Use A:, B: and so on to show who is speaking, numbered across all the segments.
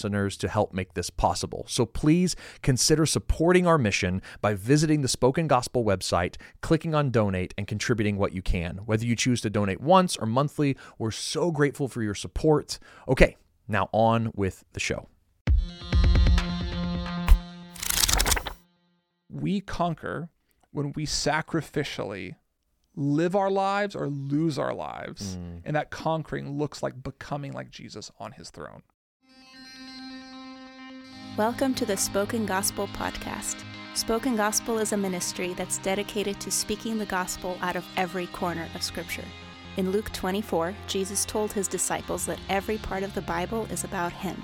A: to help make this possible. So please consider supporting our mission by visiting the Spoken Gospel website, clicking on donate, and contributing what you can. Whether you choose to donate once or monthly, we're so grateful for your support. Okay, now on with the show.
B: we conquer when we sacrificially live our lives or lose our lives.
A: Mm.
B: And that conquering looks like becoming like Jesus on his throne.
C: Welcome to the Spoken Gospel Podcast. Spoken Gospel is a ministry that's dedicated to speaking the gospel out of every corner of Scripture. In Luke 24, Jesus told his disciples that every part of the Bible is about him.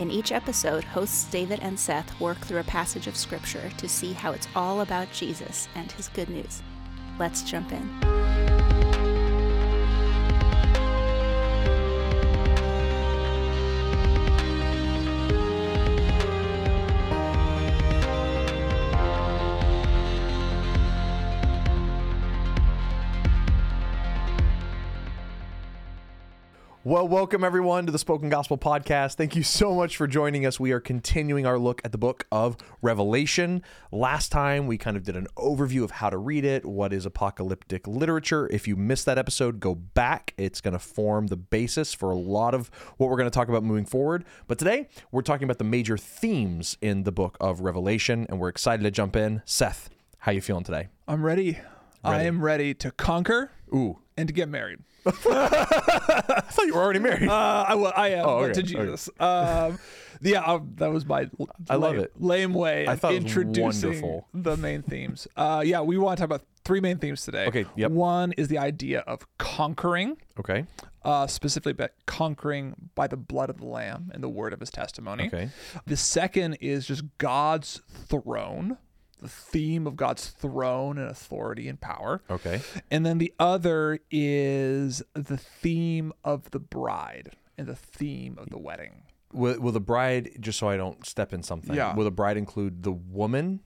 C: In each episode, hosts David and Seth work through a passage of Scripture to see how it's all about Jesus and his good news. Let's jump in.
A: Well, welcome everyone to the Spoken Gospel Podcast. Thank you so much for joining us. We are continuing our look at the book of Revelation. Last time we kind of did an overview of how to read it, what is apocalyptic literature. If you missed that episode, go back. It's going to form the basis for a lot of what we're going to talk about moving forward. But today we're talking about the major themes in the book of Revelation, and we're excited to jump in. Seth, how you feeling today?
B: I'm ready. I am ready to conquer
A: Ooh,
B: and to get married.
A: I thought you were already married.
B: Uh, I, wa- I am
A: Oh,
B: but
A: okay,
B: to
A: okay.
B: Jesus. Um, yeah, I, that was my. l-
A: I love
B: lame,
A: it.
B: Lame way.
A: I
B: of
A: thought it was
B: introducing
A: wonderful.
B: the main themes. Uh, yeah, we want to talk about three main themes today.
A: Okay, yep.
B: One is the idea of conquering.
A: Okay.
B: uh, specifically about conquering by the blood of the Lamb and the word of his testimony.
A: Okay.
B: The second is just God's throne, the theme of God's throne and authority and power.
A: Okay.
B: And then the other is the theme of the bride and the theme of the wedding.
A: Will, will the bride, just so I don't step in something,
B: Yeah.
A: will the bride include the woman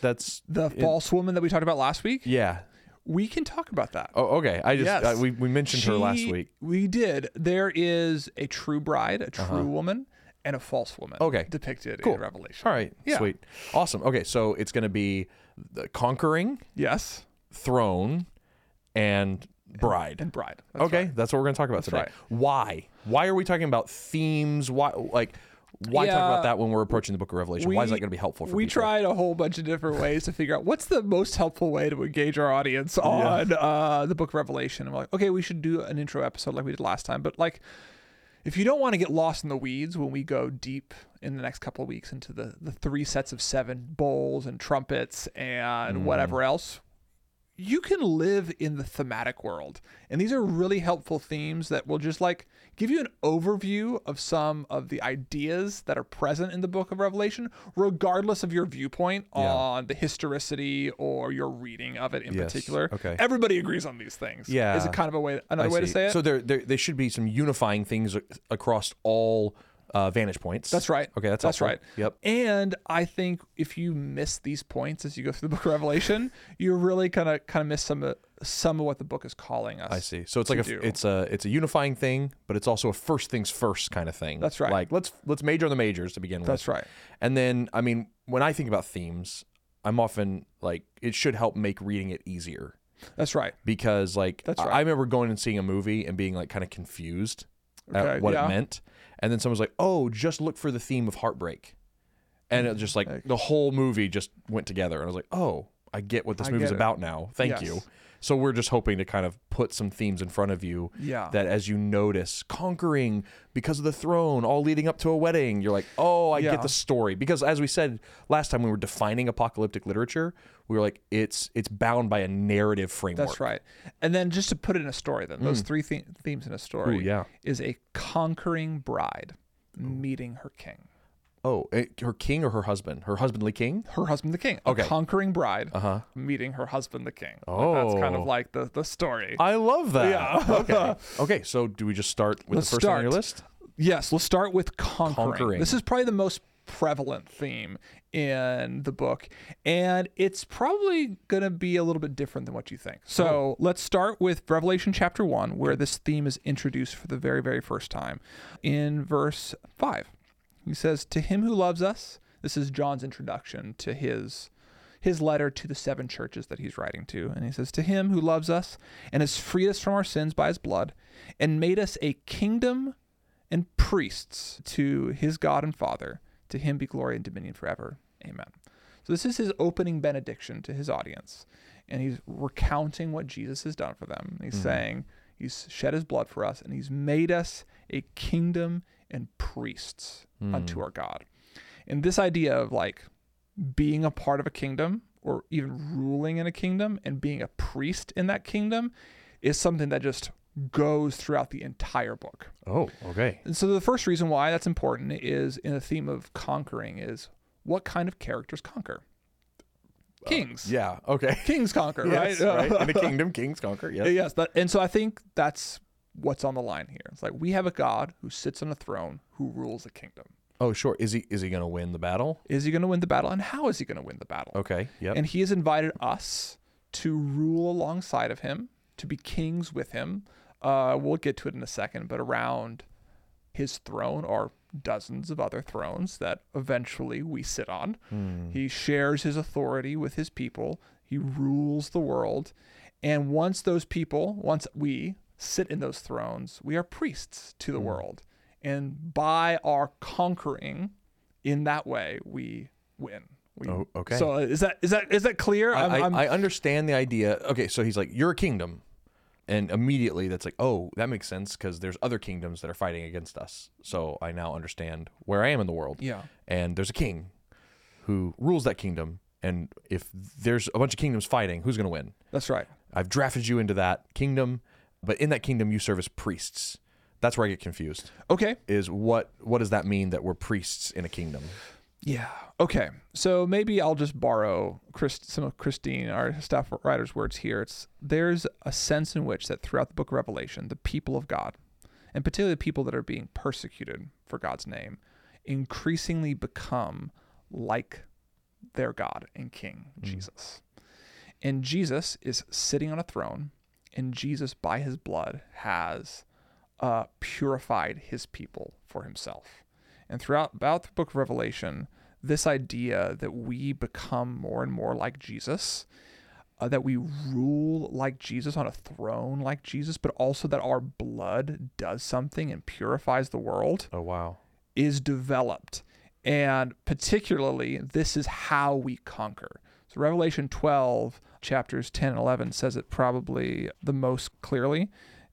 A: that's.
B: The
A: in-
B: false woman that we talked about last week,
A: Yeah.
B: we can talk about that.
A: Oh, okay. I just.
B: Yes.
A: I- we, we mentioned her last
B: She-
A: week. Uh-huh.
B: We did. There is a true bride, a true woman, and a false woman
A: Okay.
B: depicted
A: Cool.
B: in Revelation.
A: All right.
B: Yeah.
A: Sweet. Awesome. Okay. So it's going to be the conquering,
B: Yes.
A: throne, and bride.
B: and bride. That's
A: okay.
B: right.
A: That's what we're going to talk about
B: That's
A: today.
B: right.
A: Why? Why are we talking about themes? Why, like, why talk
B: Yeah.
A: about that when we're approaching the book of Revelation? why is that going to be helpful for
B: We
A: people?
B: tried a whole bunch of different ways to figure out what's the most helpful way to engage our audience on uh, the book of Revelation. And we're like, okay, we should do an intro episode like we did last time. But like, if you don't want to get lost in the weeds when we go deep in the next couple of weeks into the, the three sets of seven bowls and trumpets and
A: Mm.
B: whatever else, you can live in the thematic world. And these are really helpful themes that will just like give you an overview of some of the ideas that are present in the book of Revelation, regardless of your viewpoint on the historicity or your reading of it in
A: Yes,
B: particular.
A: okay.
B: Everybody agrees on these things.
A: Yeah.
B: Is it kind of a way
A: I
B: another way to
A: see.
B: say it?
A: So there, there, there should be some unifying things ac- across all uh, vantage points.
B: That's right.
A: Okay, that's
B: that's
A: helpful.
B: right.
A: Yep.
B: And I think if you miss these points as you go through the Book of Revelation, you really kind of kind of miss some of some of what the book is calling us.
A: I see. So it's like a,
B: do.
A: f- it's a, it's a unifying thing, but it's also a first things first kind of thing.
B: That's right.
A: Like let's let's major on the majors to begin with.
B: That's right.
A: And then, I mean, when I think about themes, I'm often like it should help make reading it easier
B: That's right.
A: because like
B: That's
A: I-
B: right.
A: I remember going and seeing a movie and being like kind of confused
B: Okay,
A: at what
B: yeah.
A: it meant, and then someone's like, "Oh, just look for the theme of heartbreak," and it just like the whole movie just went together, and I was like, "Oh, I get what this
B: I
A: movie's
B: get it.
A: about now. Thank
B: Yes.
A: you." So we're just hoping to kind of put some themes in front of you
B: Yeah.
A: that as you notice conquering because of the throne, all leading up to a wedding, you're like, "Oh, I
B: Yeah.
A: get the story." Because as we said last time, when we were defining apocalyptic literature. We were like, it's it's bound by a narrative framework.
B: That's right. And then just to
A: Mm.
B: put it in a story, then those three the- themes in a story
A: Ooh, yeah.
B: is a conquering bride, meeting her king,
A: Oh, eh, her king or her husband? Her husbandly king?
B: her husband, the king, a
A: Okay.
B: conquering bride,
A: Uh-huh.
B: meeting her husband, the king. Like, that's kind of
A: Oh.
B: like the the story.
A: I love that.
B: Yeah.
A: okay. Okay, so do we just start with
B: Let's
A: the first on your
B: start.
A: list?
B: Yes, let's start with conquering.
A: Conquering.
B: This is probably the most prevalent theme in the book, and it's probably going to be a little bit different than what you think. So let's start with Revelation chapter 1, where this theme is introduced for the very, very first time in verse 5. He says, To him who loves us, this is John's introduction to his his letter to the seven churches that he's writing to. And he says, To him who loves us and has freed us from our sins by his blood and made us a kingdom and priests to his God and Father, to him be glory and dominion forever. Amen. So this is his opening benediction to his audience. And he's recounting what Jesus has done for them. He's saying, He's shed his blood for us and he's made us a kingdom and priests unto our God. And this idea of like being a part of a kingdom or even ruling in a kingdom and being a priest in that kingdom is something that just goes throughout the entire book.
A: Oh, okay.
B: And so the first reason why that's important is in the theme of conquering is what kind of characters conquer? Kings.
A: Uh, Yeah, okay.
B: Kings conquer,
A: Yes,
B: right? uh-huh.
A: right. In a kingdom, kings conquer. Yes.
B: Yes, that, and so I think that's what's on the line here. It's like we have a God who sits on a throne who rules a kingdom.
A: Oh, sure. Is he is he going to win the battle?
B: Is he going to win the battle, and how is he going to win the battle?
A: Okay. Yep.
B: And he has invited us to rule alongside of him, to be kings with him. Uh, we'll get to it in a second, but around his throne are dozens of other thrones that eventually we sit on.
A: Hmm.
B: He shares his authority with his people, he rules the world. And once those people, once we sit in those thrones, we are priests to the
A: Hmm.
B: world. And by our conquering in that way, we win. We,
A: Oh, okay.
B: So uh, is that is that is that clear?
A: I,
B: I'm- I'm-
A: I, I understand the idea. Okay, so he's like, "You're a kingdom," and immediately that's like, "Oh, that makes sense because there's other kingdoms that are fighting against us." So I now understand where I am in the world.
B: yeah.
A: and there's a king who rules that kingdom. And if there's a bunch of kingdoms fighting, who's going to win?
B: That's right.
A: I've drafted you into that kingdom, but in that kingdom you serve as priests. That's where I get confused.
B: Okay.
A: Is what what does that mean that we're priests in a kingdom?
B: Yeah. Okay. So maybe I'll just borrow Chris, some of Christine, our staff writer's words here. It's there's a sense in which that throughout the book of Revelation, the people of God, and particularly the people that are being persecuted for God's name, increasingly become like their God and King, Jesus. And Jesus is sitting on a throne, and Jesus, by his blood, has uh, purified his people for himself. And throughout about the book of Revelation, this idea that we become more and more like Jesus, uh, that we rule like Jesus on a throne like Jesus, but also that our blood does something and purifies the world
A: Oh wow.
B: is developed. And particularly, this is how we conquer. So, Revelation 12, chapters 10 and 11, says it probably the most clearly,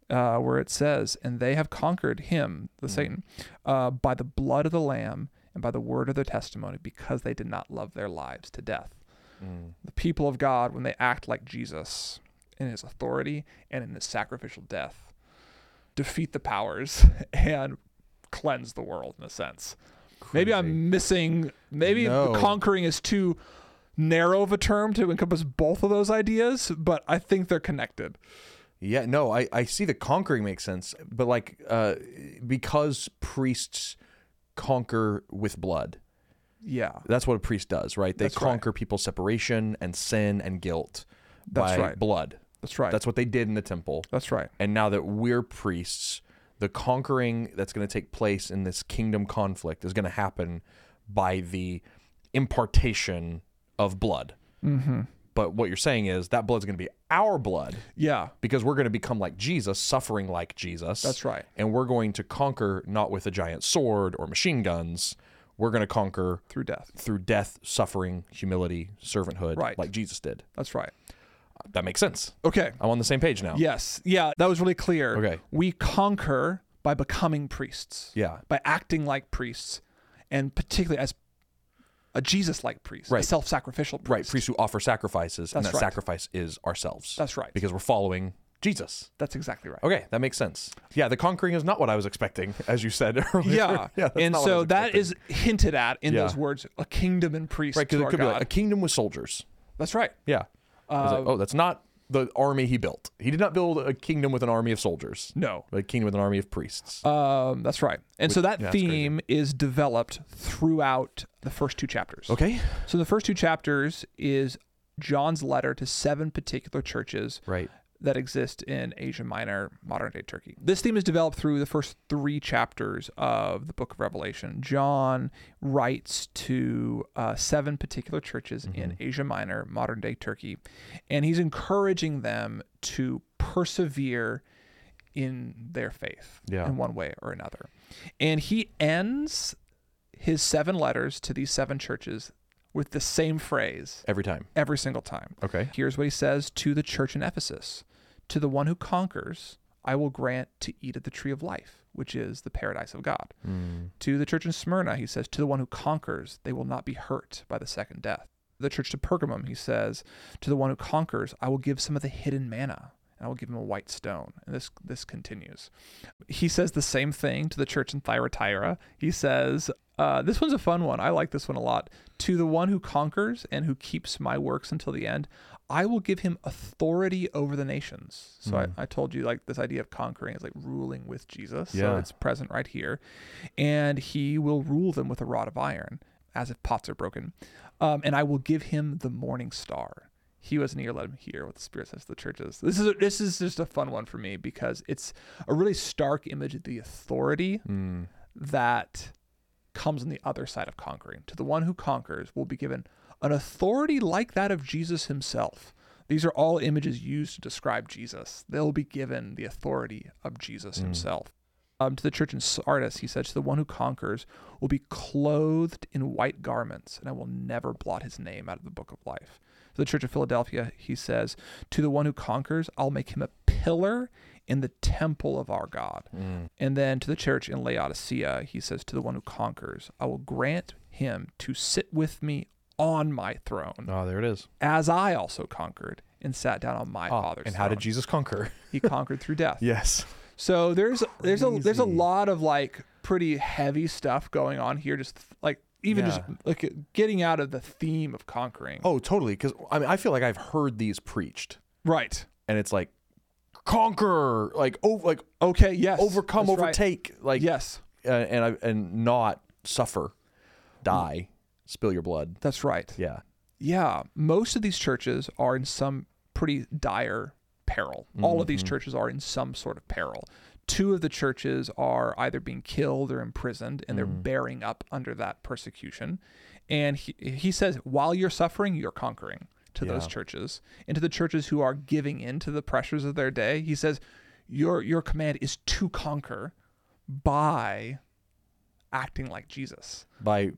B: uh, where it says, And they have conquered him, the Satan, uh, by the blood of the Lamb and by the word of their testimony, because they did not love their lives to death. The people of God, when they act like Jesus in his authority and in his sacrificial death, defeat the powers and cleanse the world in a sense. Maybe I'm missing. Maybe
A: No.
B: conquering is too narrow of a term to encompass both of those ideas, but I think they're connected.
A: Yeah, no, I, I see the conquering makes sense, but like uh, because priests conquer with blood.
B: Yeah,
A: That's what a priest does, right? They
B: That's right.
A: conquer people's separation and sin and guilt
B: That's
A: by
B: right.
A: blood.
B: that's right.
A: That's what they did in the temple.
B: that's right.
A: And now that we're priests, the conquering that's going to take place in this kingdom conflict is going to happen by the impartation of blood.
B: Mm-hmm.
A: But what you're saying is that blood's going to be our blood
B: Yeah,
A: because we're going to become like Jesus, suffering like Jesus.
B: That's right.
A: And we're going to conquer not with a giant sword or machine guns. We're going to conquer
B: through death.
A: through death, suffering, humility, servanthood,
B: Right.
A: like Jesus did.
B: That's right.
A: That makes sense.
B: Okay.
A: I'm on the same page now.
B: Yes. Yeah, that was really clear.
A: Okay.
B: We conquer by becoming priests.
A: Yeah.
B: By acting like priests, and particularly as a Jesus-like priest, a
A: Right.
B: self-sacrificial priest.
A: Right, priests who offer sacrifices, and
B: That's
A: that
B: right.
A: sacrifice is ourselves.
B: That's right.
A: Because we're following Jesus.
B: That's exactly right.
A: Okay, that makes sense. Yeah, the conquering is not what I was expecting, as you said earlier.
B: Yeah.
A: yeah that's
B: and
A: not what I
B: so
A: was
B: that
A: expecting.
B: is hinted at in
A: Yeah.
B: those words a kingdom and priests
A: right because
B: to
A: it
B: our
A: could be like
B: God.
A: a kingdom with soldiers.
B: That's right. Um,
A: Yeah. I was like, oh, that's not the army he built. He did not build a kingdom with an army of soldiers.
B: No.
A: but a kingdom with an army of priests.
B: Um, that's right. And so that
A: yeah, that's crazy.
B: theme is developed throughout the first two chapters.
A: okay.
B: So the first two chapters is John's letter to seven particular churches
A: Right.
B: that exist in Asia Minor, modern day Turkey. This theme is developed through the first three chapters of the book of Revelation. John writes to uh, seven particular churches in Asia Minor, modern day Turkey, and he's encouraging them to persevere in their faith
A: Yeah.
B: in one way or another. And he ends his seven letters to these seven churches with the same phrase
A: Every time.
B: every single time.
A: Okay.
B: Here's what he says to the church in Ephesus To the one who conquers, I will grant to eat of the tree of life, which is the paradise of God. To the church in Smyrna, he says, To the one who conquers, they will not be hurt by the second death. The church to Pergamum, he says, To the one who conquers, I will give some of the hidden manna. And I will give him a white stone. And this this continues. He says the same thing to the church in Thyatira. He says, uh, "This one's a fun one. I like this one a lot." To the one who conquers and who keeps my works until the end, I will give him authority over the nations. So I, I told you like this idea of conquering is like ruling with Jesus. So
A: Yeah.
B: it's present right here, and he will rule them with a rod of iron, as if pots are broken. Um, and I will give him the morning star. He wasn't here. Let him hear what the Spirit says to the churches. This is a, this is just a fun one for me because it's a really stark image of the authority
A: Mm-hmm.
B: that comes on the other side of conquering. To the one who conquers will be given an authority like that of Jesus himself. These are all images used to describe Jesus. They'll be given the authority of Jesus himself. Um, to the church in Sardis, he said, To the one who conquers will be clothed in white garments, and I will never blot his name out of the book of life. To the church of Philadelphia, he says, To the one who conquers, I'll make him a pillar in the temple of our God. And then to the church in Laodicea, he says, To the one who conquers, I will grant him to sit with me on my throne,
A: Oh, there it is.
B: as I also conquered and sat down on my
A: Ah,
B: father's
A: and how did
B: throne."
A: Jesus conquer?
B: he conquered through death.
A: yes.
B: So there's there's a there's a
A: Crazy.
B: lot of like pretty heavy stuff going on here. Just like even just
A: Yeah.
B: like getting out of the theme of conquering.
A: Oh, totally. Because I mean, I feel like I've heard these preached,
B: right.
A: and it's like conquer, like over, like
B: Okay. Yes.
A: overcome,
B: That's right.
A: overtake, like
B: Yes.
A: uh, and I, and not suffer, die, spill your blood.
B: That's right.
A: Yeah.
B: Yeah, most of these churches are in some pretty dire peril. All of these churches are in some sort of peril. Two of the churches are either being killed or imprisoned, and they're bearing up under that persecution. And he, he says, while you're suffering, you're conquering to those
A: Yeah.
B: churches. And to the churches who are giving in to the pressures of their day, he says, your, your command is to conquer by acting like Jesus.
A: by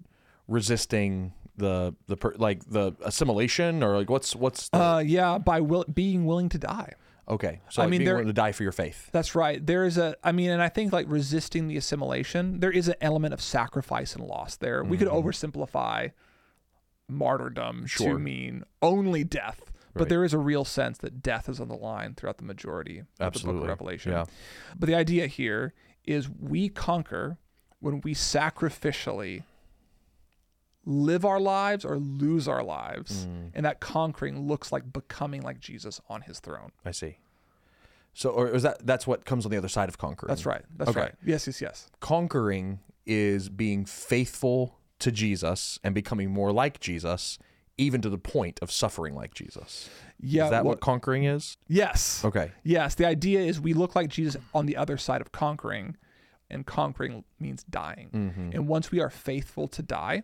A: resisting the the per, like the assimilation or like what's what's the,
B: Uh, yeah, by will, being willing to die.
A: okay so
B: I
A: like
B: mean,
A: being
B: there-
A: willing to die for your faith
B: That's right. There is a, I mean, and I think like resisting the assimilation, there is an element of sacrifice and loss there. We could oversimplify martyrdom
A: Mm-hmm. Sure.
B: to mean only death, but
A: Right.
B: there is a real sense that death is on the line throughout the majority of the book
A: Absolutely.
B: of Revelation.
A: Yeah.
B: But the idea here is we conquer when we sacrificially live our lives or lose our lives.
A: Mm.
B: And that conquering looks like becoming like Jesus on his throne.
A: i see so or is that that's what comes on the other side of conquering
B: That's right. That's
A: Okay.
B: right. Yes, yes, yes.
A: conquering is being faithful to jesus and becoming more like jesus even to the point of suffering like jesus
B: Yeah.
A: is that
B: well-
A: what conquering is
B: Yes.
A: okay
B: Yes. The idea is we look like Jesus on the other side of conquering, and conquering means dying.
A: Mm-hmm.
B: And once we are faithful to die,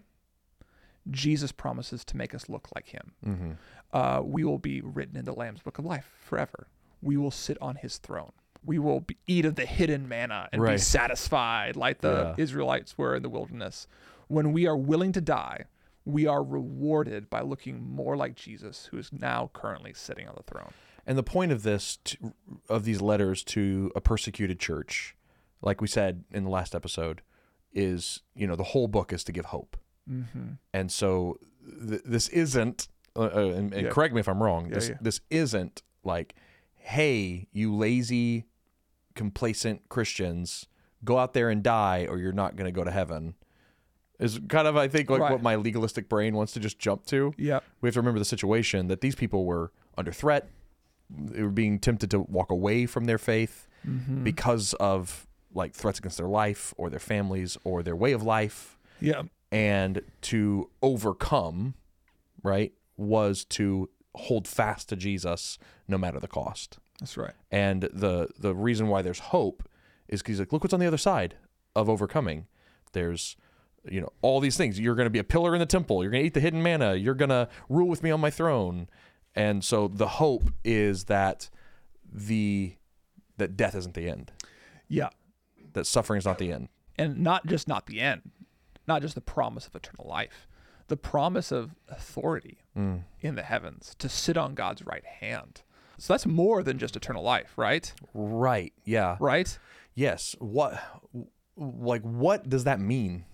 B: Jesus promises to make us look like him.
A: Mm-hmm.
B: Uh, we will be written in the Lamb's Book of Life forever. We will sit on his throne. We will be, eat of the hidden manna and be
A: Right.
B: satisfied like the
A: Yeah.
B: Israelites were in the wilderness. When we are willing to die, we are rewarded by looking more like Jesus, who is now currently sitting on the throne.
A: And the point of this, t of these letters to a persecuted church, like we said in the last episode, is you know the whole book is to give hope.
B: Mm-hmm.
A: And so th- this isn't, uh, uh, and, and
B: Yeah.
A: correct me if I'm wrong.
B: Yeah,
A: this
B: yeah.
A: this isn't like, hey, you lazy, complacent Christians, go out there and die or you're not going to go to heaven. Is kind of, I think, like
B: Right.
A: what my legalistic brain wants to just jump to.
B: Yep.
A: We have to remember the situation that these people were under threat. They were being tempted to walk away from their faith because of like threats against their life or their families or their way of life
B: Yeah.
A: and to overcome, right, was to hold fast to Jesus no matter the cost.
B: That's right.
A: And the the reason why there's hope is because like, look what's on the other side of overcoming. There's you know all these things. You're going to be a pillar in the temple. You're going to eat the hidden manna. You're going to rule with me on my throne. And so the hope is that the that death isn't the end.
B: Yeah.
A: That suffering is not the end.
B: and not just not the end, not just the promise of eternal life, the promise of authority in the heavens to sit on God's right hand. So that's more than just eternal life, right?
A: Right. Yeah.
B: Right?
A: Yes. What, like, what does that mean?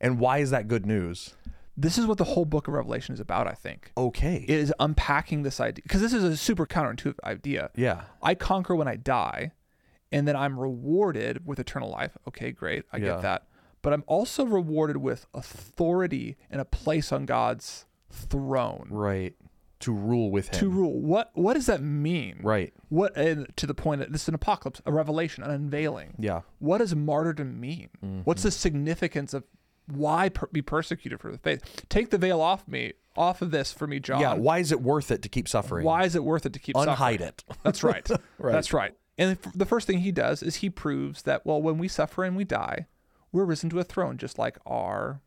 A: And why is that good news?
B: This is what the whole book of Revelation is about, I think.
A: Okay.
B: It is unpacking this idea because this is a super counterintuitive idea.
A: yeah.
B: I conquer when I die, and then I'm rewarded with eternal life. Okay, great. I
A: Yeah.
B: get that. But I'm also rewarded with authority and a place on God's throne.
A: Right. To rule with him.
B: to rule. What what does that mean?
A: Right.
B: What and to the point that this is an apocalypse, a revelation, an unveiling.
A: Yeah. Mm-hmm.
B: What does martyrdom mean? What's the significance of why per- be persecuted for the faith? Take the veil off me, off of this for me, John.
A: Yeah. Why is it worth it to keep suffering?
B: Why is it worth it to keep
A: Unhide
B: suffering?
A: it.
B: That's right.
A: Right.
B: That's right. And f- the first thing he does is he proves that well, when we suffer and we die, we're risen to a throne, just like our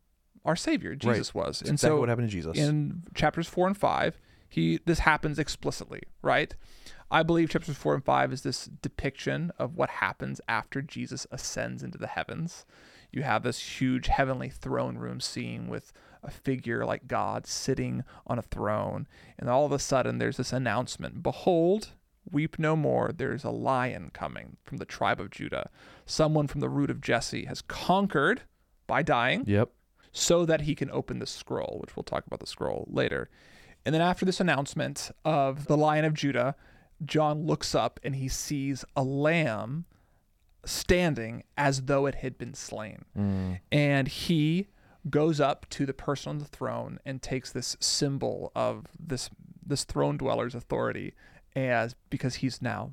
B: our Savior
A: Right.
B: Jesus was.
A: That's exactly what happened to Jesus.
B: In chapters four and five, he this happens explicitly, right? I believe chapters four and five is this depiction of what happens after Jesus ascends into the heavens. You have this huge heavenly throne room scene with a figure like God sitting on a throne, and all of a sudden there's this announcement: Behold, Weep no more, there is a lion coming from the tribe of Judah. Someone from the root of Jesse has conquered by dying
A: Yep.
B: so that he can open the scroll, which we'll talk about the scroll later. And then after this announcement of the Lion of Judah, John looks up and he sees a lamb standing as though it had been slain.
A: Mm.
B: And he goes up to the person on the throne and takes this symbol of this this throne dweller's authority as because he's now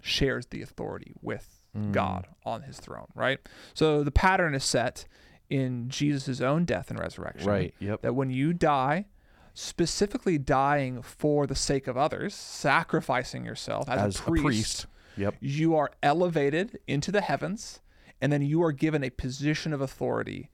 B: shares the authority with
A: Mm.
B: God on his throne, right? So the pattern is set in Jesus' own death and resurrection.
A: Right, yep.
B: That when you die, specifically dying for the sake of others, sacrificing yourself as,
A: As a priest. Yep.
B: you are elevated into the heavens, and then you are given a position of authority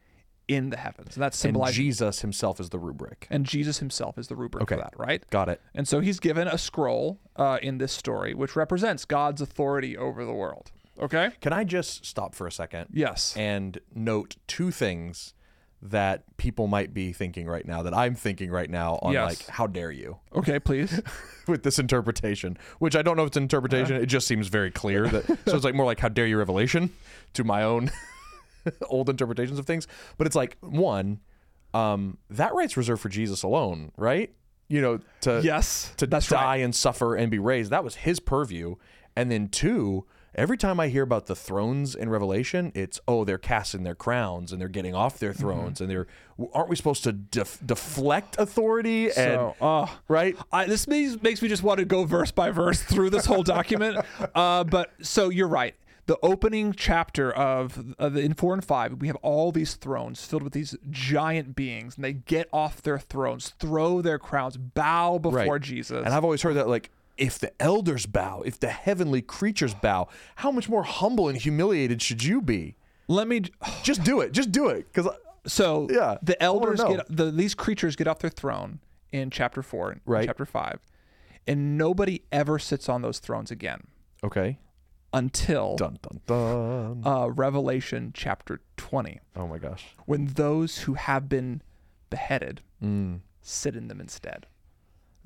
B: in the heavens. And that's
A: And
B: symbolized. And,
A: Jesus himself is the rubric.
B: Jesus himself is the rubric
A: Okay.
B: for that, right?
A: Got it.
B: And so he's given a scroll uh, in this story, which represents God's authority over the world. Okay?
A: Can I just stop for a second?
B: Yes.
A: and note two things that people might be thinking right now that I'm thinking right now on
B: Yes.
A: like how dare you
B: okay, please.
A: with this interpretation which I don't know if it's an interpretation it just seems very clear that so it's like more like how dare you revelation to my own old interpretations of things but it's like one um that right's reserved for Jesus alone right you know to
B: yes.
A: to
B: that's
A: die
B: right.
A: and suffer and be raised. That was his purview. And then two, every time I hear about the thrones in Revelation, it's oh they're casting their crowns and they're getting off
B: Mm-hmm.
A: their thrones and they're aren't we supposed to def- deflect authority and
B: So, uh,
A: right?
B: I, this makes, makes me just want to go verse by verse through this whole document. Uh, but so you're right. The opening chapter of, of the, in four and five, we have all these thrones filled with these giant beings, and they get off their thrones, throw their crowns, bow
A: Right.
B: before Jesus.
A: And I've always heard that like if the elders bow, if the heavenly creatures bow, how much more humble and humiliated should you be?
B: Let me.
A: Just do it. Just do it cuz
B: So
A: Yeah,
B: the
A: I wanna
B: elders
A: know.
B: get the these creatures get off their throne in chapter four, and
A: Right.
B: chapter five, and nobody ever sits on those thrones again
A: Okay.
B: until
A: Dun dun dun.
B: uh, Revelation chapter twenty,
A: Oh my gosh.
B: when those who have been beheaded sit in them instead.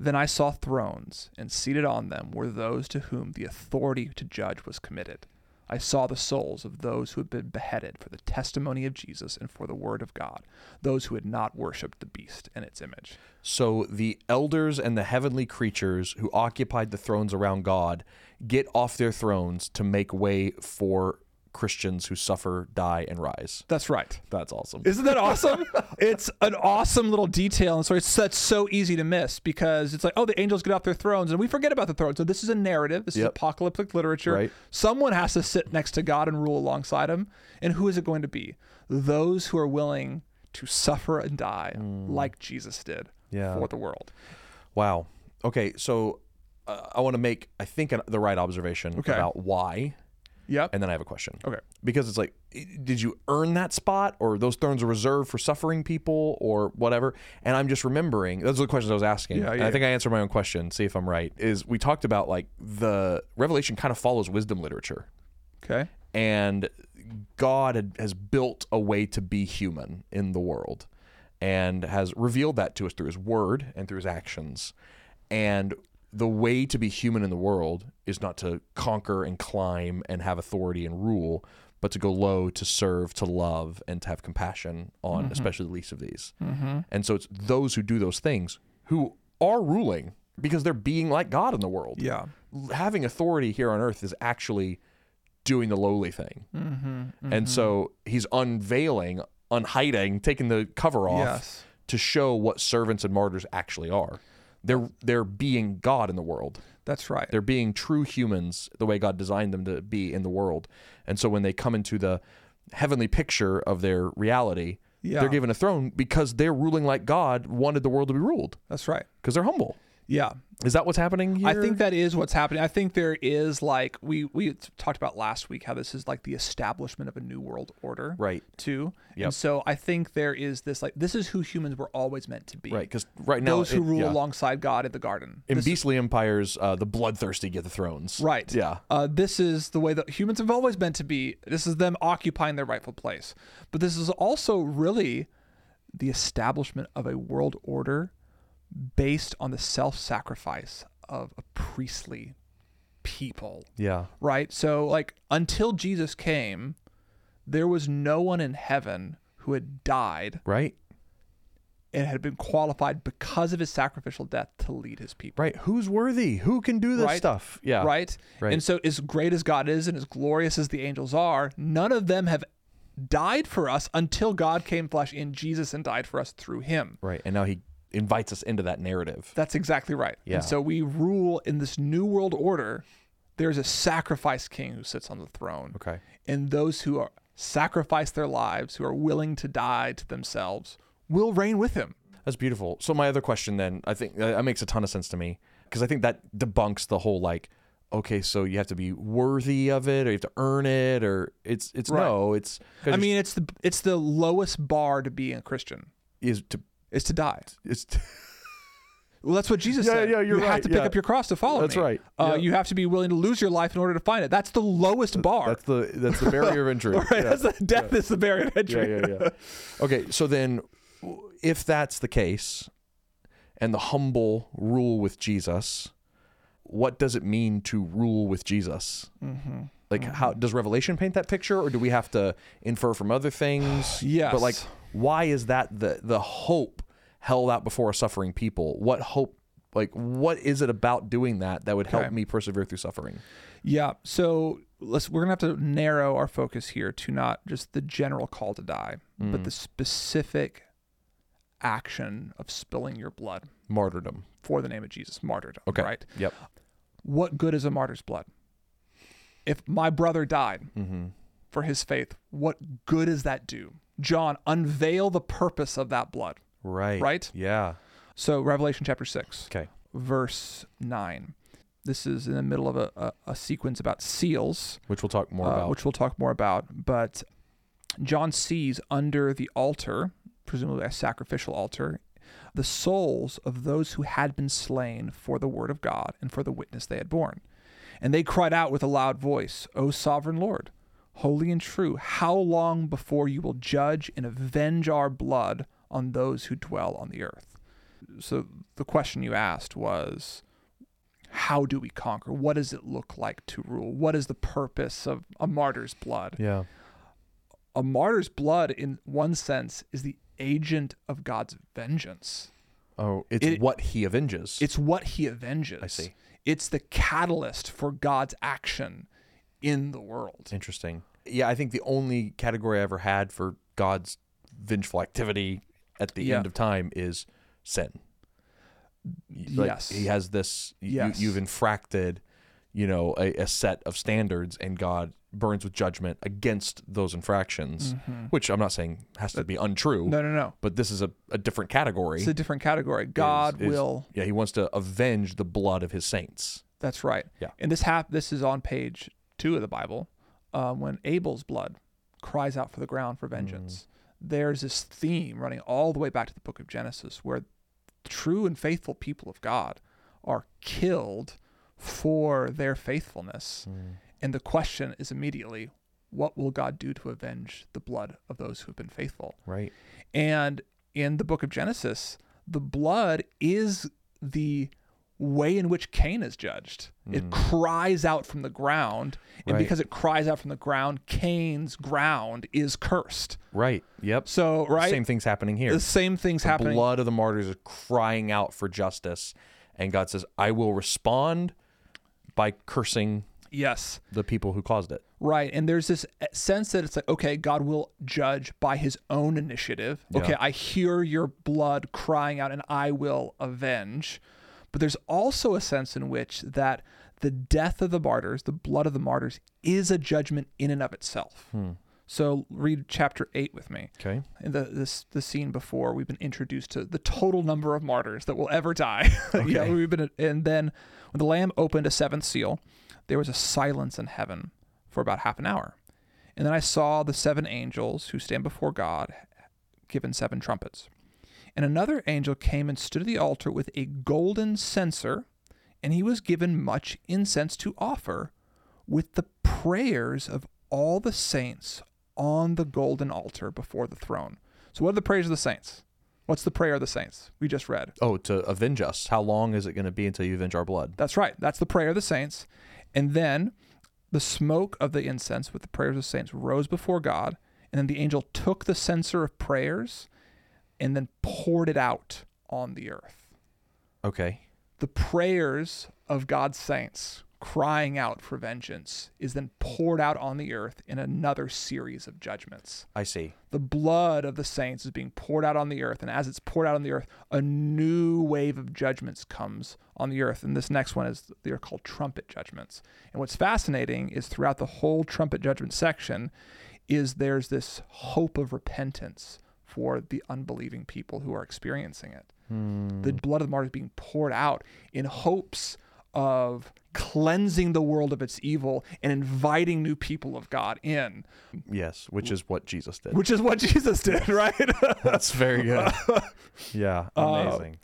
B: Then I saw thrones, and seated on them were those to whom the authority to judge was committed. I saw the souls of those who had been beheaded for the testimony of Jesus and for the word of God, those who had not worshipped the beast and its image.
A: So the elders and the heavenly creatures who occupied the thrones around God get off their thrones to make way for Christians who suffer, die, and rise.
B: That's right.
A: That's awesome.
B: Isn't that awesome? it's an awesome little detail, and so it's that's so easy to miss because it's like, oh, the angels get off their thrones, and we forget about the throne. So this is a narrative. This is
A: Yep.
B: apocalyptic literature.
A: Right.
B: Someone has to sit next to God and rule alongside Him, and who is it going to be? Those who are willing to suffer and die like Jesus did
A: Mm. Yeah.
B: for the world.
A: Wow. Okay, so uh, I want to make I think an, the right observation
B: Okay.
A: about why,
B: Yep.
A: and then I have a question.
B: okay.
A: Because it's like, i- did you earn that spot, or those thrones are reserved for suffering people, or whatever? And I'm just remembering those are the questions I was asking.
B: Yeah,
A: and
B: yeah,
A: I think I answered my own question. See if I'm right. Is we talked about like the Revelation kind of follows wisdom literature,
B: Okay.
A: and God had, has built a way to be human in the world and has revealed that to us through his word and through his actions. And the way to be human in the world is not to conquer and climb and have authority and rule, but to go low, to serve, to love, and to have compassion on especially the least of these. And so it's those who do those things who are ruling because they're being like God in the world
B: Yeah.
A: having authority here on earth is actually doing the lowly thing.
B: Mm-hmm.
A: And so he's unveiling, unhiding, taking the cover off
B: Yes.
A: to show what servants and martyrs actually are. They're they're being God in the world.
B: That's right.
A: They're being true humans the way God designed them to be in the world. And so when they come into the heavenly picture of their reality,
B: Yeah.
A: they're given a throne because they're ruling like God wanted the world to be ruled
B: That's right.
A: because they're humble.
B: Yeah.
A: Is that what's happening here?
B: I think that is what's happening. I think there is like we we talked about last week how this is like the establishment of a new world order.
A: right.
B: Too.
A: Yep.
B: And so I think there is this like this is who humans were always meant to be.
A: Right, because right now
B: Those who
A: it-
B: rule
A: yeah.
B: alongside God in the garden.
A: In
B: This-
A: beastly empires, uh, the bloodthirsty get the thrones.
B: Right.
A: Yeah.
B: Uh, this is the way that humans have always meant to be. This is them occupying their rightful place. But this is also really the establishment of a world order based on the self sacrifice of a priestly people.
A: Yeah.
B: right? So like until Jesus came, there was no one in heaven who had died
A: Right.
B: and had been qualified because of his sacrificial death to lead his people.
A: Right. Who's worthy? Who can do this
B: Right.
A: stuff? Yeah.
B: Right?
A: Right.
B: And so as great as God is and as glorious as the angels are, none of them have died for us until God came flesh in Jesus and died for us through him.
A: Right. And now he invites us into that narrative.
B: That's exactly right.
A: Yeah.
B: And so we rule in this new world order. There's a sacrifice king who sits on the throne.
A: Okay.
B: and those who are sacrifice their lives, who are willing to die to themselves, will reign with him.
A: That's beautiful. So my other question then, I think that that makes a ton of sense to me because I think that debunks the whole like, okay, so you have to be worthy of it, or you have to earn it, or it's it's
B: Right.
A: no, it's 'cause
B: I mean, it's the it's the lowest bar to being a Christian
A: is to
B: is to die.
A: it's
B: Well, that's what Jesus
A: Yeah,
B: said.
A: yeah, you're
B: you have
A: right,
B: to pick
A: yeah.
B: up your cross to follow
A: That's
B: me.
A: right,
B: Uh,
A: yeah.
B: You have to be willing to lose your life in order to find it. That's the lowest bar.
A: that's the that's the barrier of entry.
B: right? That's the, death is the barrier of entry.
A: yeah, yeah, yeah. okay, so then, w- if that's the case, and the humble rule with Jesus, what does it mean to rule with Jesus?
B: Mm-hmm.
A: Like, how does Revelation paint that picture, or do we have to infer from other things?
B: Yes.
A: But like, why is that the the hope held out before a suffering people? What hope? Like, what is it about doing that that would help
B: Okay.
A: me persevere through suffering?
B: Yeah. So let's we're gonna have to narrow our focus here to not just the general call to die,
A: Mm.
B: but the specific action of spilling your blood
A: Martyrdom.
B: for the name of Jesus, martyrdom.
A: Okay.
B: Right.
A: Yep.
B: What good is a martyr's blood? If my brother died for his faith, what good does that do? John, unveil the purpose of that blood.
A: Right.
B: Right?
A: Yeah.
B: So, Revelation chapter 6,
A: Okay.
B: verse 9. This is in the middle of a, a, a sequence about seals.
A: Which we'll talk more
B: uh,
A: about.
B: which we'll talk more about. But John sees under the altar, presumably a sacrificial altar, the souls of those who had been slain for the word of God and for the witness they had borne. And they cried out with a loud voice, O sovereign Lord, holy and true, how long before you will judge and avenge our blood on those who dwell on the earth? So the question you asked was how do we conquer? What does it look like to rule? What is the purpose of a martyr's blood?
A: Yeah.
B: A martyr's blood, in one sense, is the agent of God's vengeance.
A: Oh, it's
B: It-
A: what he avenges.
B: It's what he avenges.
A: I see.
B: It's the catalyst for God's action in the world.
A: interesting. Yeah, I think the only category I ever had for God's vengeful activity at the
B: Yeah.
A: end of time is sin. Like,
B: Yes.
A: He has this, you-
B: Yes.
A: you, you've infracted, you know, a, a set of standards, and God burns with judgment against those infractions, which I'm not saying has to be untrue,
B: No, no, no.
A: but this is a, a different category.
B: It's a different category. God
A: is- is-
B: will.
A: Yeah, he wants to avenge the blood of his saints.
B: That's right.
A: Yeah.
B: And this hap- this is on page two of the Bible, uh, when Abel's blood cries out for the ground for vengeance. There's this theme running all the way back to the book of Genesis, where true and faithful people of God are killed for their faithfulness, and the question is immediately, what will God do to avenge the blood of those who have been faithful?
A: Right.
B: And in the book of Genesis, the blood is the way in which Cain is judged. It cries out from the ground. And
A: Hmm. Right.
B: because it cries out from the ground, Cain's ground is cursed.
A: Right. Yep.
B: So, right?
A: Same thing's happening here.
B: the same thing's
A: the
B: happening.
A: blood of the martyrs is crying out for justice, and God says, "I will respond by cursing
B: Yes.
A: the people who caused it."
B: Right. And there's this eh, sense that it's like, okay, God will judge by his own initiative. Okay,
A: Yeah.
B: I hear your blood crying out and I will avenge. But there's also a sense in which that the death of the martyrs, the blood of the martyrs, is a judgment in and of itself. So read chapter eight with me.
A: Okay.
B: In the this the scene before we've been introduced to the total number of martyrs that will ever die. you know,
A: Okay.
B: we've been and then when the Lamb opened a seventh seal, there was a silence in heaven for about half an hour. And then I saw the seven angels who stand before God given seven trumpets. And another angel came and stood at the altar with a golden censer, and he was given much incense to offer with the prayers of all the saints on the golden altar before the throne. So, what are the prayers of the saints? What's the prayer of the saints? We just read.
A: Oh, to avenge us. How long is it going to be until you avenge our blood?
B: That's right. That's the prayer of the saints. And then the smoke of the incense with the prayers of the saints rose before God. And then the angel took the censer of prayers and then poured it out on the earth.
A: Okay.
B: The prayers of God's saints crying out for vengeance is then poured out on the earth in another series of judgments.
A: I see.
B: The blood of the saints is being poured out on the earth. And as it's poured out on the earth, a new wave of judgments comes on the earth. And this next one is they're called trumpet judgments. And what's fascinating is throughout the whole trumpet judgment section is there's this hope of repentance for the unbelieving people who are experiencing it. The blood of the martyrs being poured out in hopes of cleansing the world of its evil and inviting new people of God in,
A: Yes, which is what Jesus did.
B: which is what Jesus did, right?
A: That's very good. yeah, amazing.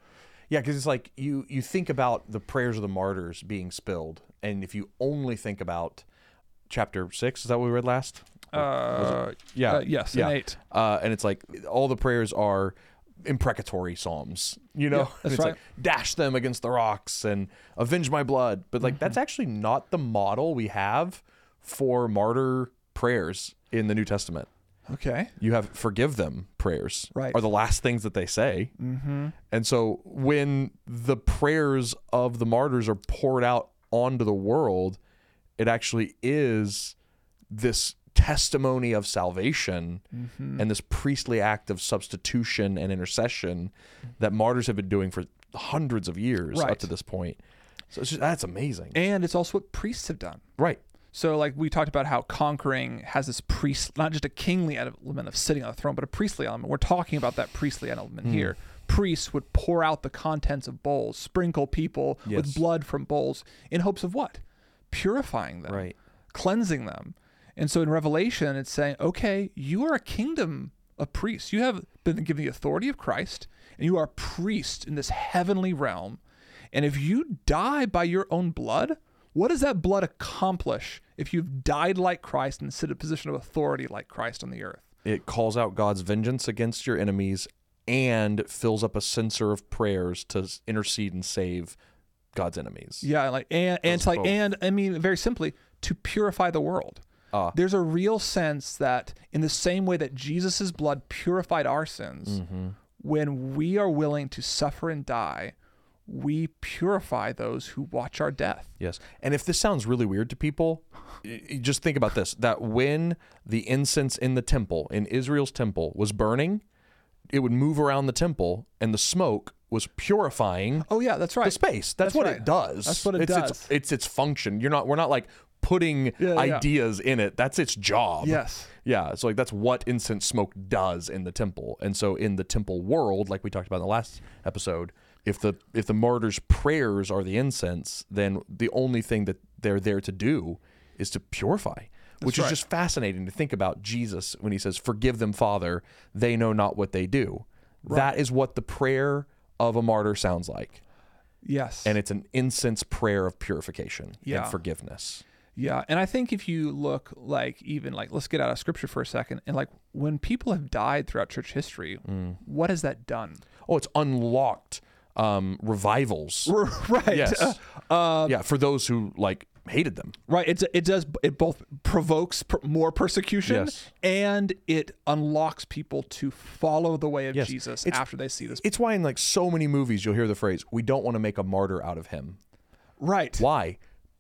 A: yeah, because it's like you you think about the prayers of the martyrs being spilled, and if you only think about chapter six, is that what we read last?
B: Uh,
A: Yeah.
B: uh, yes,
A: Yeah.
B: an eight.
A: Uh, and it's like all the prayers are imprecatory psalms. You know,
B: Yeah, that's
A: it's like dash them against the rocks and avenge my blood. But
B: Mm-hmm.
A: like that's actually not the model we have for martyr prayers in the New Testament.
B: Okay.
A: You have forgive them prayers
B: Right.
A: are the last things that they say. Mm-hmm. And so when the prayers of the martyrs are poured out onto the world, it actually is this testimony of salvation and this priestly act of substitution and intercession that martyrs have been doing for hundreds of years up
B: Right.
A: to this point. So it's just, that's amazing.
B: And it's also what priests have done.
A: right.
B: So, like we talked about how conquering has this priest, not just a kingly element of sitting on the throne, but a priestly element. We're talking about that priestly element here. Priests would pour out the contents of bowls, sprinkle people
A: Yes.
B: with blood from bowls in hopes of what? Purifying them,
A: Right.
B: cleansing them. And so in Revelation, it's saying, okay, you are a kingdom of priests. You have been given the authority of Christ, and you are a priest in this heavenly realm. And if you die by your own blood, what does that blood accomplish if you've died like Christ and sit in a position of authority like Christ on the earth?
A: It calls out God's vengeance against your enemies and fills up a censer of prayers to s- intercede and save God's enemies.
B: Yeah, and like and, and to like
A: both.
B: and I mean very simply to purify the world.
A: Ah.
B: There's a real sense that in the same way that Jesus' blood purified our sins,
A: Mm-hmm.
B: when we are willing to suffer and die, we purify those who watch our death.
A: Yes. And if this sounds really weird to people, y- y- just think about this that when the incense in the temple, in Israel's temple, was burning, it would move around the temple and the smoke was purifying
B: Oh yeah, that's right.
A: the space. That's,
B: That's
A: what
B: right.
A: it does.
B: That's what it
A: it's,
B: does.
A: It's, it's its function. You're not we're not like putting
B: yeah.
A: ideas in it. That's its job.
B: Yes.
A: Yeah, so like that's what incense smoke does in the temple. And so in the temple world, like we talked about in the last episode, if the if the martyrs' prayers are the incense, then the only thing that they're there to do is to purify. Which
B: right.
A: is just fascinating to think about Jesus when he says, "Forgive them, Father, they know not what they do." That is what the prayer of a martyr sounds like.
B: Yes.
A: And it's an incense prayer of purification
B: Yeah.
A: and forgiveness.
B: Yeah, and I think if you look like even like let's get out of scripture for a second and like when people have died throughout church history,
A: Mm.
B: what has that done?
A: Oh, it's unlocked um, revivals.
B: right.
A: Yes.
B: Uh,
A: yeah, for those who like hated them.
B: right. It's it does it both provokes pr- more persecution
A: Yes.
B: and it unlocks people to follow the way of
A: Yes.
B: Jesus
A: It's-
B: after they see this.
A: It's why in like so many movies you'll hear the phrase, "We don't want to make a martyr out of him."
B: right.
A: Why?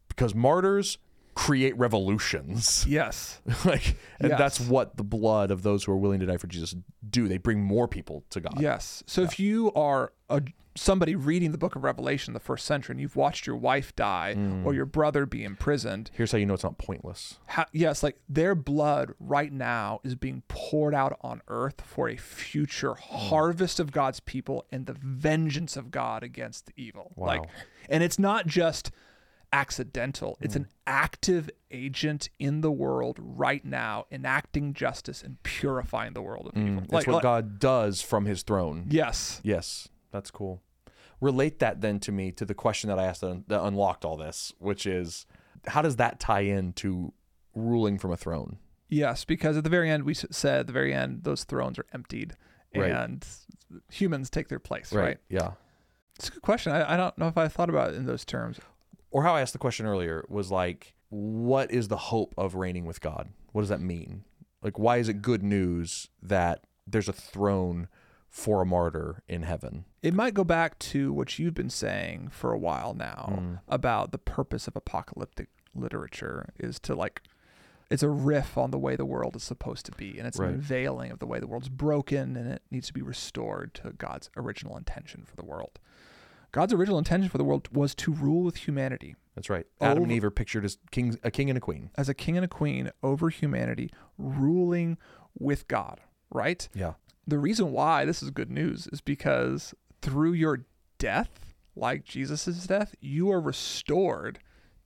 A: Because martyrs create revolutions.
B: Yes.
A: like and
B: Yes.
A: that's what the blood of those who are willing to die for Jesus do. They bring more people to God.
B: Yes. So if you are a, somebody reading the book of Revelation the first century and you've watched your wife die
A: Mm.
B: or your brother be imprisoned,
A: Here's how you know it's not pointless.
B: how, yes, like their blood right now is being poured out on earth for a future
A: Hmm.
B: harvest of God's people and the vengeance of God against the evil. Like,
A: Wow.
B: and it's not just accidental,
A: Hmm.
B: it's an active agent in the world right now, enacting justice and purifying the world of evil. uh,
A: That's Hmm. what God does from His throne.
B: Yes.
A: Yes, that's cool. Relate that then to me to the question that I asked that, that unlocked all this, which is how does that tie in to ruling from a throne?
B: Yes, because at the very end, we s- said at the very end, those thrones are emptied
A: Right.
B: and humans take their place, right?
A: Yeah.
B: It's a good question. I, I don't know if I thought about it in those terms.
A: or how I asked the question earlier was like, what is the hope of reigning with God? What does that mean? Like, why is it good news that there's a throne for a martyr in heaven?
B: It might go back to what you've been saying for a while now about the purpose of apocalyptic literature is to like it's a riff on the way the world is supposed to be and it's
A: Right.
B: an unveiling of the way the world's broken and it needs to be restored to God's original intention for the world. God's original intention for the world was to rule with humanity
A: That's right. Adam and
B: Over-
A: Eve are pictured as kings, a king and a queen.
B: as a king and a queen over humanity, ruling with God, right?
A: Yeah.
B: the reason why this is good news is because through your death, like Jesus' death, you are restored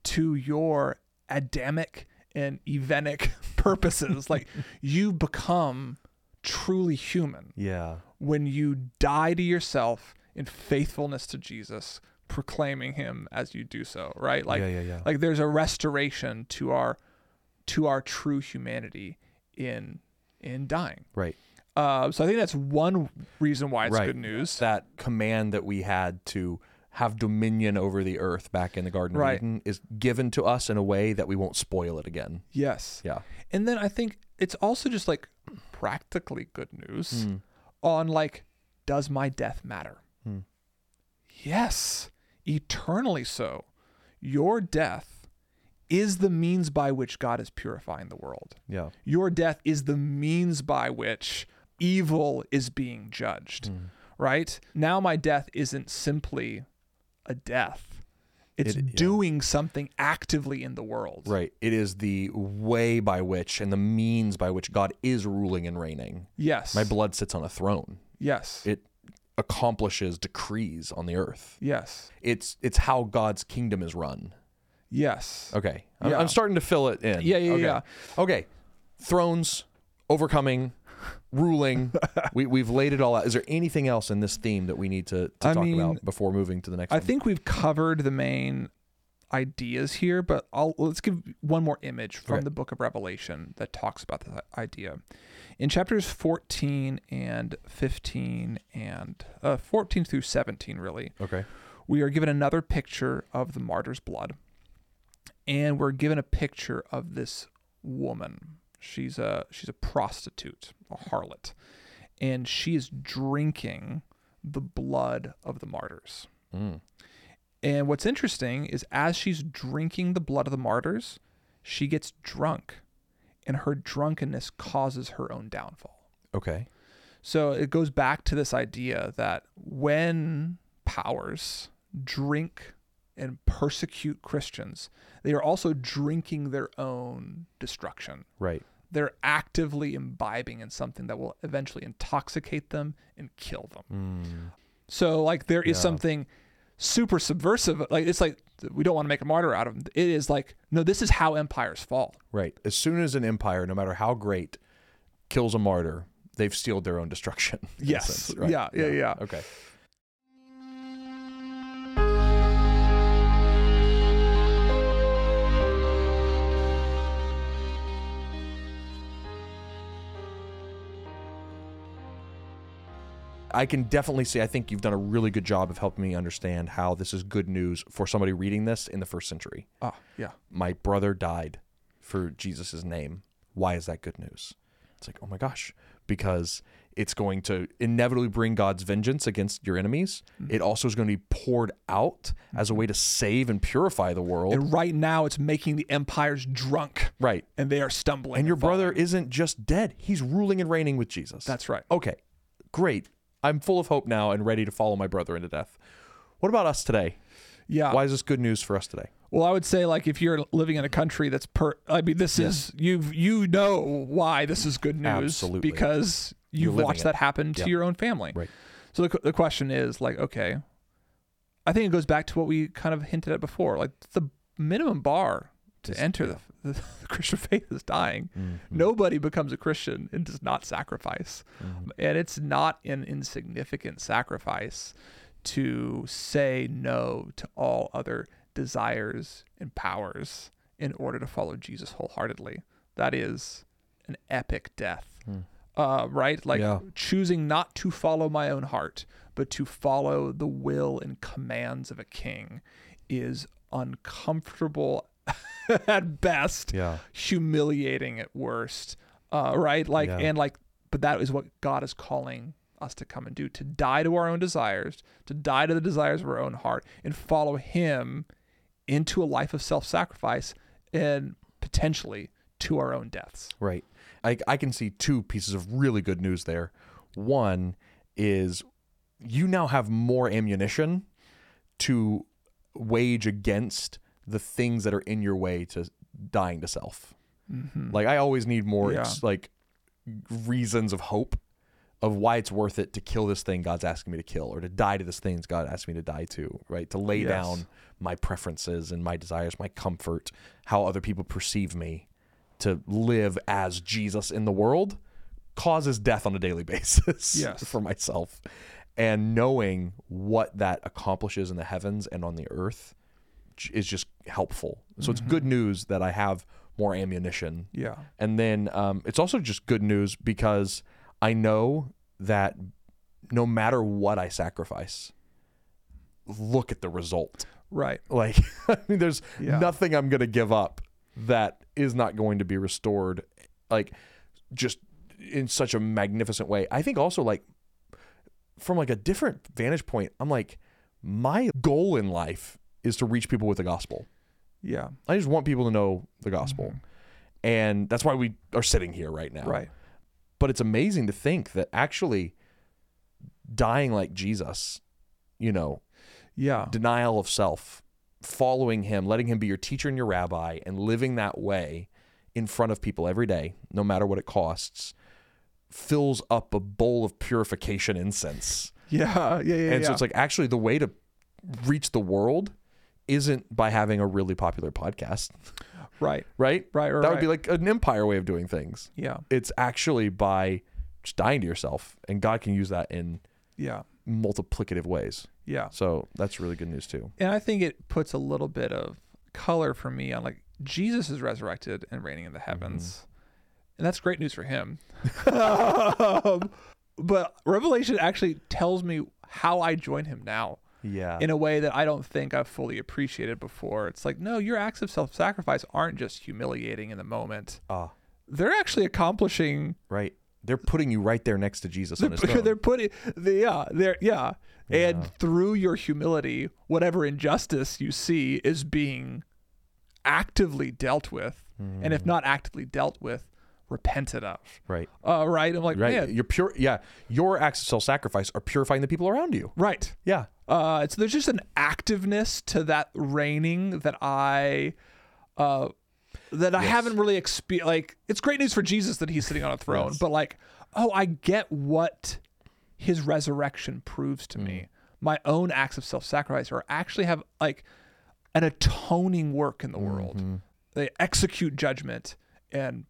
B: to your Adamic and Evenic purposes. like you become truly human
A: Yeah.
B: when you die to yourself in faithfulness to Jesus, proclaiming him as you do so, right? Like
A: Yeah, yeah, yeah.
B: like there's a restoration to our to our true humanity in in dying.
A: Right.
B: Uh, so I think that's one reason why it's
A: Right.
B: good news.
A: That command that we had to have dominion over the earth back in the Garden
B: Right.
A: of Eden is given to us in a way that we won't spoil it again.
B: Yes.
A: Yeah.
B: And then I think it's also just like practically good news
A: Hmm.
B: on like, does my death matter?
A: Hmm.
B: Yes. Eternally so. Your death is the means by which God is purifying the world.
A: Yeah.
B: Your death is the means by which evil is being judged,
A: Hmm.
B: right? Now my death isn't simply a death. It's
A: It- yeah.
B: doing something actively in the world.
A: Right. It is the way by which and the means by which God is ruling and reigning.
B: Yes.
A: My blood sits on a throne.
B: yes.
A: It accomplishes decrees on the earth.
B: yes.
A: It's it's how God's kingdom is run.
B: Yes.
A: Okay. I'm,
B: Yeah.
A: I'm starting to fill it in.
B: Yeah, yeah,
A: okay.
B: yeah.
A: Okay. Thrones, overcoming, ruling. we, we've laid it all out. Is there anything else in this theme that we need to, to
B: I
A: talk
B: mean,
A: about before moving to the next
B: I
A: one?
B: think we've covered the main ideas here, but I'll let's give one more image from
A: Okay.
B: the book of Revelation that talks about this i- idea. In chapters 14 and 15 and uh, 14 through 17 really,
A: Okay.
B: we are given another picture of the martyr's blood. And we're given a picture of this woman. She's a she's a prostitute, a harlot. And she is drinking the blood of the martyrs.
A: Mm.
B: And what's interesting is as she's drinking the blood of the martyrs, she gets drunk. And her drunkenness causes her own downfall.
A: Okay.
B: So it goes back to this idea that when powers drink and persecute Christians, they are also drinking their own destruction.
A: Right.
B: They're actively imbibing in something that will eventually intoxicate them and kill them.
A: Mm.
B: So like there is
A: Yeah.
B: something super subversive. Like it's like we don't want to make a martyr out of them. It is like no, this is how empires fall.
A: Right. As soon as an empire, no matter how great, kills a martyr, they've sealed their own destruction. in a
B: Yes.
A: sense,
B: Yeah, yeah, yeah.
A: Okay. I can definitely see. I think you've done a really good job of helping me understand how this is good news for somebody reading this in the first century.
B: Ah, yeah.
A: my brother died for Jesus' name. Why is that good news? It's like, oh my gosh, because it's going to inevitably bring God's vengeance against your enemies.
B: Mm-hmm.
A: It also is going to be poured out as a way to save and purify the world.
B: And right now it's making the empires drunk
A: right.
B: and they are stumbling.
A: And your
B: falling.
A: brother isn't just dead, he's ruling and reigning with Jesus.
B: That's right. Oh,
A: okay. Great. I'm full of hope now and ready to follow my brother into death. What about us today?
B: Yeah.
A: Why is this good news for us today?
B: Well, I would say like if you're living in a country that's per I mean this is you've you know why this is good news
A: Absolutely.
B: because
A: You're
B: you've
A: living
B: watched
A: it.
B: that happen to
A: Yeah.
B: your own family.
A: Right.
B: So the, the question is like okay, I think it goes back to what we kind of hinted at before like the minimum bar to
A: Is- Mm.
B: enter the, the, Christian faith is dying.
A: Mm-hmm.
B: Nobody becomes a Christian and does not sacrifice.
A: Mm-hmm.
B: And it's not an insignificant sacrifice to say no to all other desires and powers in order to follow Jesus wholeheartedly. That is an epic death, uh, right? Like
A: Mm. Yeah.
B: choosing not to follow my own heart, but to follow the will and commands of a king is uncomfortable at best
A: Yeah.
B: humiliating at worst uh, right like
A: Yeah.
B: and like but that is what god is calling us to come and do to die to our own desires to die to the desires of our own heart and follow him into a life of self-sacrifice and potentially to our own deaths
A: Right. I, I can see two pieces of really good news there. One is you now have more ammunition to wage against the things that are in your way to dying to self. Like I always need more
B: Mm-hmm. Yeah.
A: ex- like reasons of hope of why it's worth it to kill this thing God's asking me to kill or to die to this thing God asked me to die to, right? To lay
B: Yes.
A: down my preferences and my desires, my comfort, how other people perceive me to live as Jesus in the world causes death on a daily basis
B: Yes.
A: for myself. And knowing what that accomplishes in the heavens and on the earth j- is just helpful. So it's good news that I have more ammunition
B: yeah
A: and then um, it's also just good news because I know that no matter what I sacrifice, look at the result.
B: right
A: Like, I mean, there's
B: Yeah.
A: nothing I'm going to give up that is not going to be restored, like, just in such a magnificent way. I think also, like, from like a different vantage point, I'm like, my goal in life is to reach people with the gospel.
B: yeah
A: I just want people to know the gospel. And that's why we are sitting here right now.
B: Mm-hmm. right
A: But it's amazing to think that actually dying like Jesus, you know,
B: yeah
A: denial of self, following him, letting him be your teacher and your rabbi, and living that way in front of people every day, no matter what it costs, fills up a bowl of purification incense
B: yeah yeah yeah
A: and so
B: yeah.
A: it's like actually the way to reach the world isn't by having a really popular podcast,
B: right
A: right?
B: Right, right,
A: That would be
B: right.
A: like an empire way of doing things.
B: yeah
A: It's actually by just dying to yourself, and God can use that in
B: yeah
A: multiplicative ways.
B: yeah
A: So that's really good news too.
B: and I think it puts a little bit of color for me on like Jesus is resurrected and reigning in the heavens, and that's great news for him. Um, but Revelation actually tells me how I join him now.
A: Yeah.
B: in a way that I don't think I've fully appreciated before. It's like, no, your acts of self sacrifice aren't just humiliating in the moment.
A: Ah,
B: They're actually accomplishing
A: right. They're putting you right there next to Jesus on his
B: they're,
A: throne.
B: they're putting they, yeah, they're yeah. And through your humility, whatever injustice you see is being actively dealt with.
A: Mm.
B: And if not actively dealt with, repented of.
A: right.
B: Uh, right. I'm like,
A: Right.
B: man,
A: You're pure. Yeah. Your acts of self sacrifice are purifying the people around you.
B: right.
A: Yeah.
B: Uh, so there's just an activeness to that reigning that I, uh, that I haven't really experienced. Like, it's great news for Jesus that he's sitting on a throne, but like, oh, I get what his resurrection proves to me. My own acts of self-sacrifice are actually have like an atoning work in the world. They execute judgment and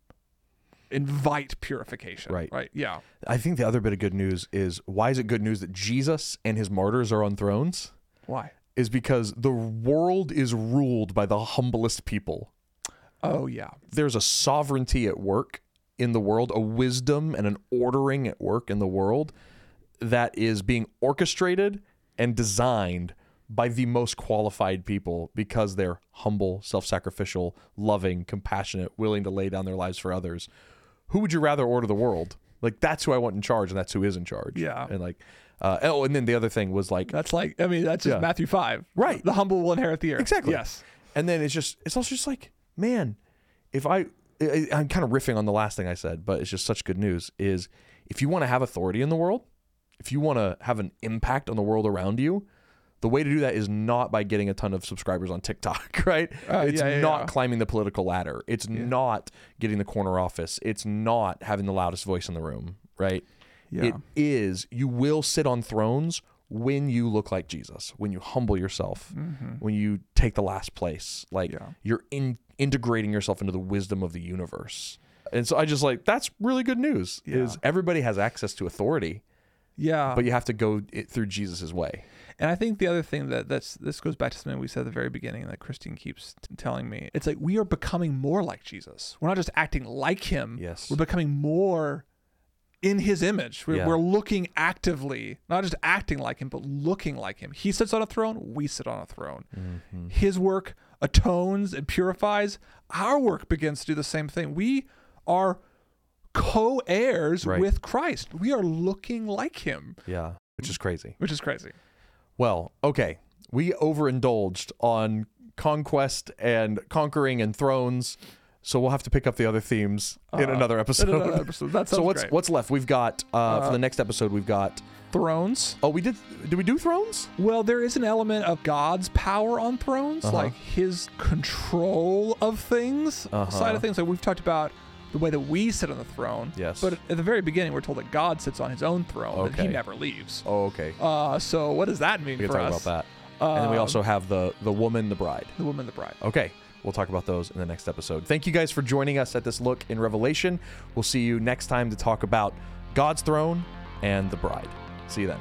B: invite purification.
A: Right.
B: Right. Yeah.
A: I think the other bit of good news is why is it good news that Jesus and his martyrs are on thrones?
B: Why?
A: Is because the world is ruled by the humblest people.
B: Oh yeah.
A: There's a sovereignty at work in the world, a wisdom and an ordering at work in the world that is being orchestrated and designed by the most qualified people because they're humble, self sacrificial, loving, compassionate, willing to lay down their lives for others. Who would you rather order the world? Like, that's who I want in charge, and that's who is in charge.
B: Yeah.
A: And like, uh, oh, and then the other thing was like,
B: That's like I mean that's just
A: Yeah.
B: Matthew five.
A: Right.
B: The humble will inherit the earth.
A: Exactly.
B: Yes.
A: And then it's just it's also just like, man, if I, I I'm kind of riffing on the last thing I said, but it's just such good news is if you want to have authority in the world, if you want to have an impact on the world around you, the way to do that is not by getting a ton of subscribers on TikTok, right?
B: Uh,
A: it's
B: yeah, yeah,
A: not
B: yeah.
A: climbing the political ladder. It's not getting the corner office. It's not having the loudest voice in the room, right?
B: Yeah.
A: It is, you will sit on thrones when you look like Jesus, when you humble yourself, when you take the last place. Like
B: Yeah.
A: you're in, integrating yourself into the wisdom of the universe. And so I just like, that's really good news is everybody has access to authority,
B: Yeah.
A: but you have to go it through Jesus' way.
B: and I think the other thing that that's this goes back to something we said at the very beginning that Christine keeps t- telling me. It's like we are becoming more like Jesus. We're not just acting like him.
A: Yes.
B: We're becoming more in his image. We're,
A: Yeah.
B: we're looking actively, not just acting like him, but looking like him. He sits on a throne. We sit on a throne.
A: Mm-hmm.
B: His work atones and purifies. Our work begins to do the same thing. We are co heirs
A: Right.
B: with Christ. We are looking like him,
A: Yeah. Which is crazy.
B: which is crazy.
A: Well, okay. We overindulged on conquest and conquering and thrones. So we'll have to pick up the other themes in
B: Uh,
A: another episode.
B: another episode. That
A: so
B: sounds
A: what's
B: great.
A: what's left? We've got uh, for the next episode. We've got
B: Thrones.
A: oh, we did did we do thrones?
B: Well, there is an element of God's power on thrones,
A: Uh-huh.
B: like his control of things,
A: Uh-huh.
B: side of things. Like we've talked about the way that we sit on the throne.
A: Yes.
B: But at the very beginning, we're told that God sits on his own throne, and he
A: Okay.
B: never leaves.
A: Oh, okay.
B: Uh, so what does that mean
A: we can
B: for
A: talk
B: us?
A: about that. and then we
B: Um,
A: also have the the woman, the bride.
B: The woman, the bride.
A: Okay. We'll talk about those in the next episode. Thank you guys for joining us at this look in Revelation. We'll see you next time to talk about God's throne and the bride. See you then.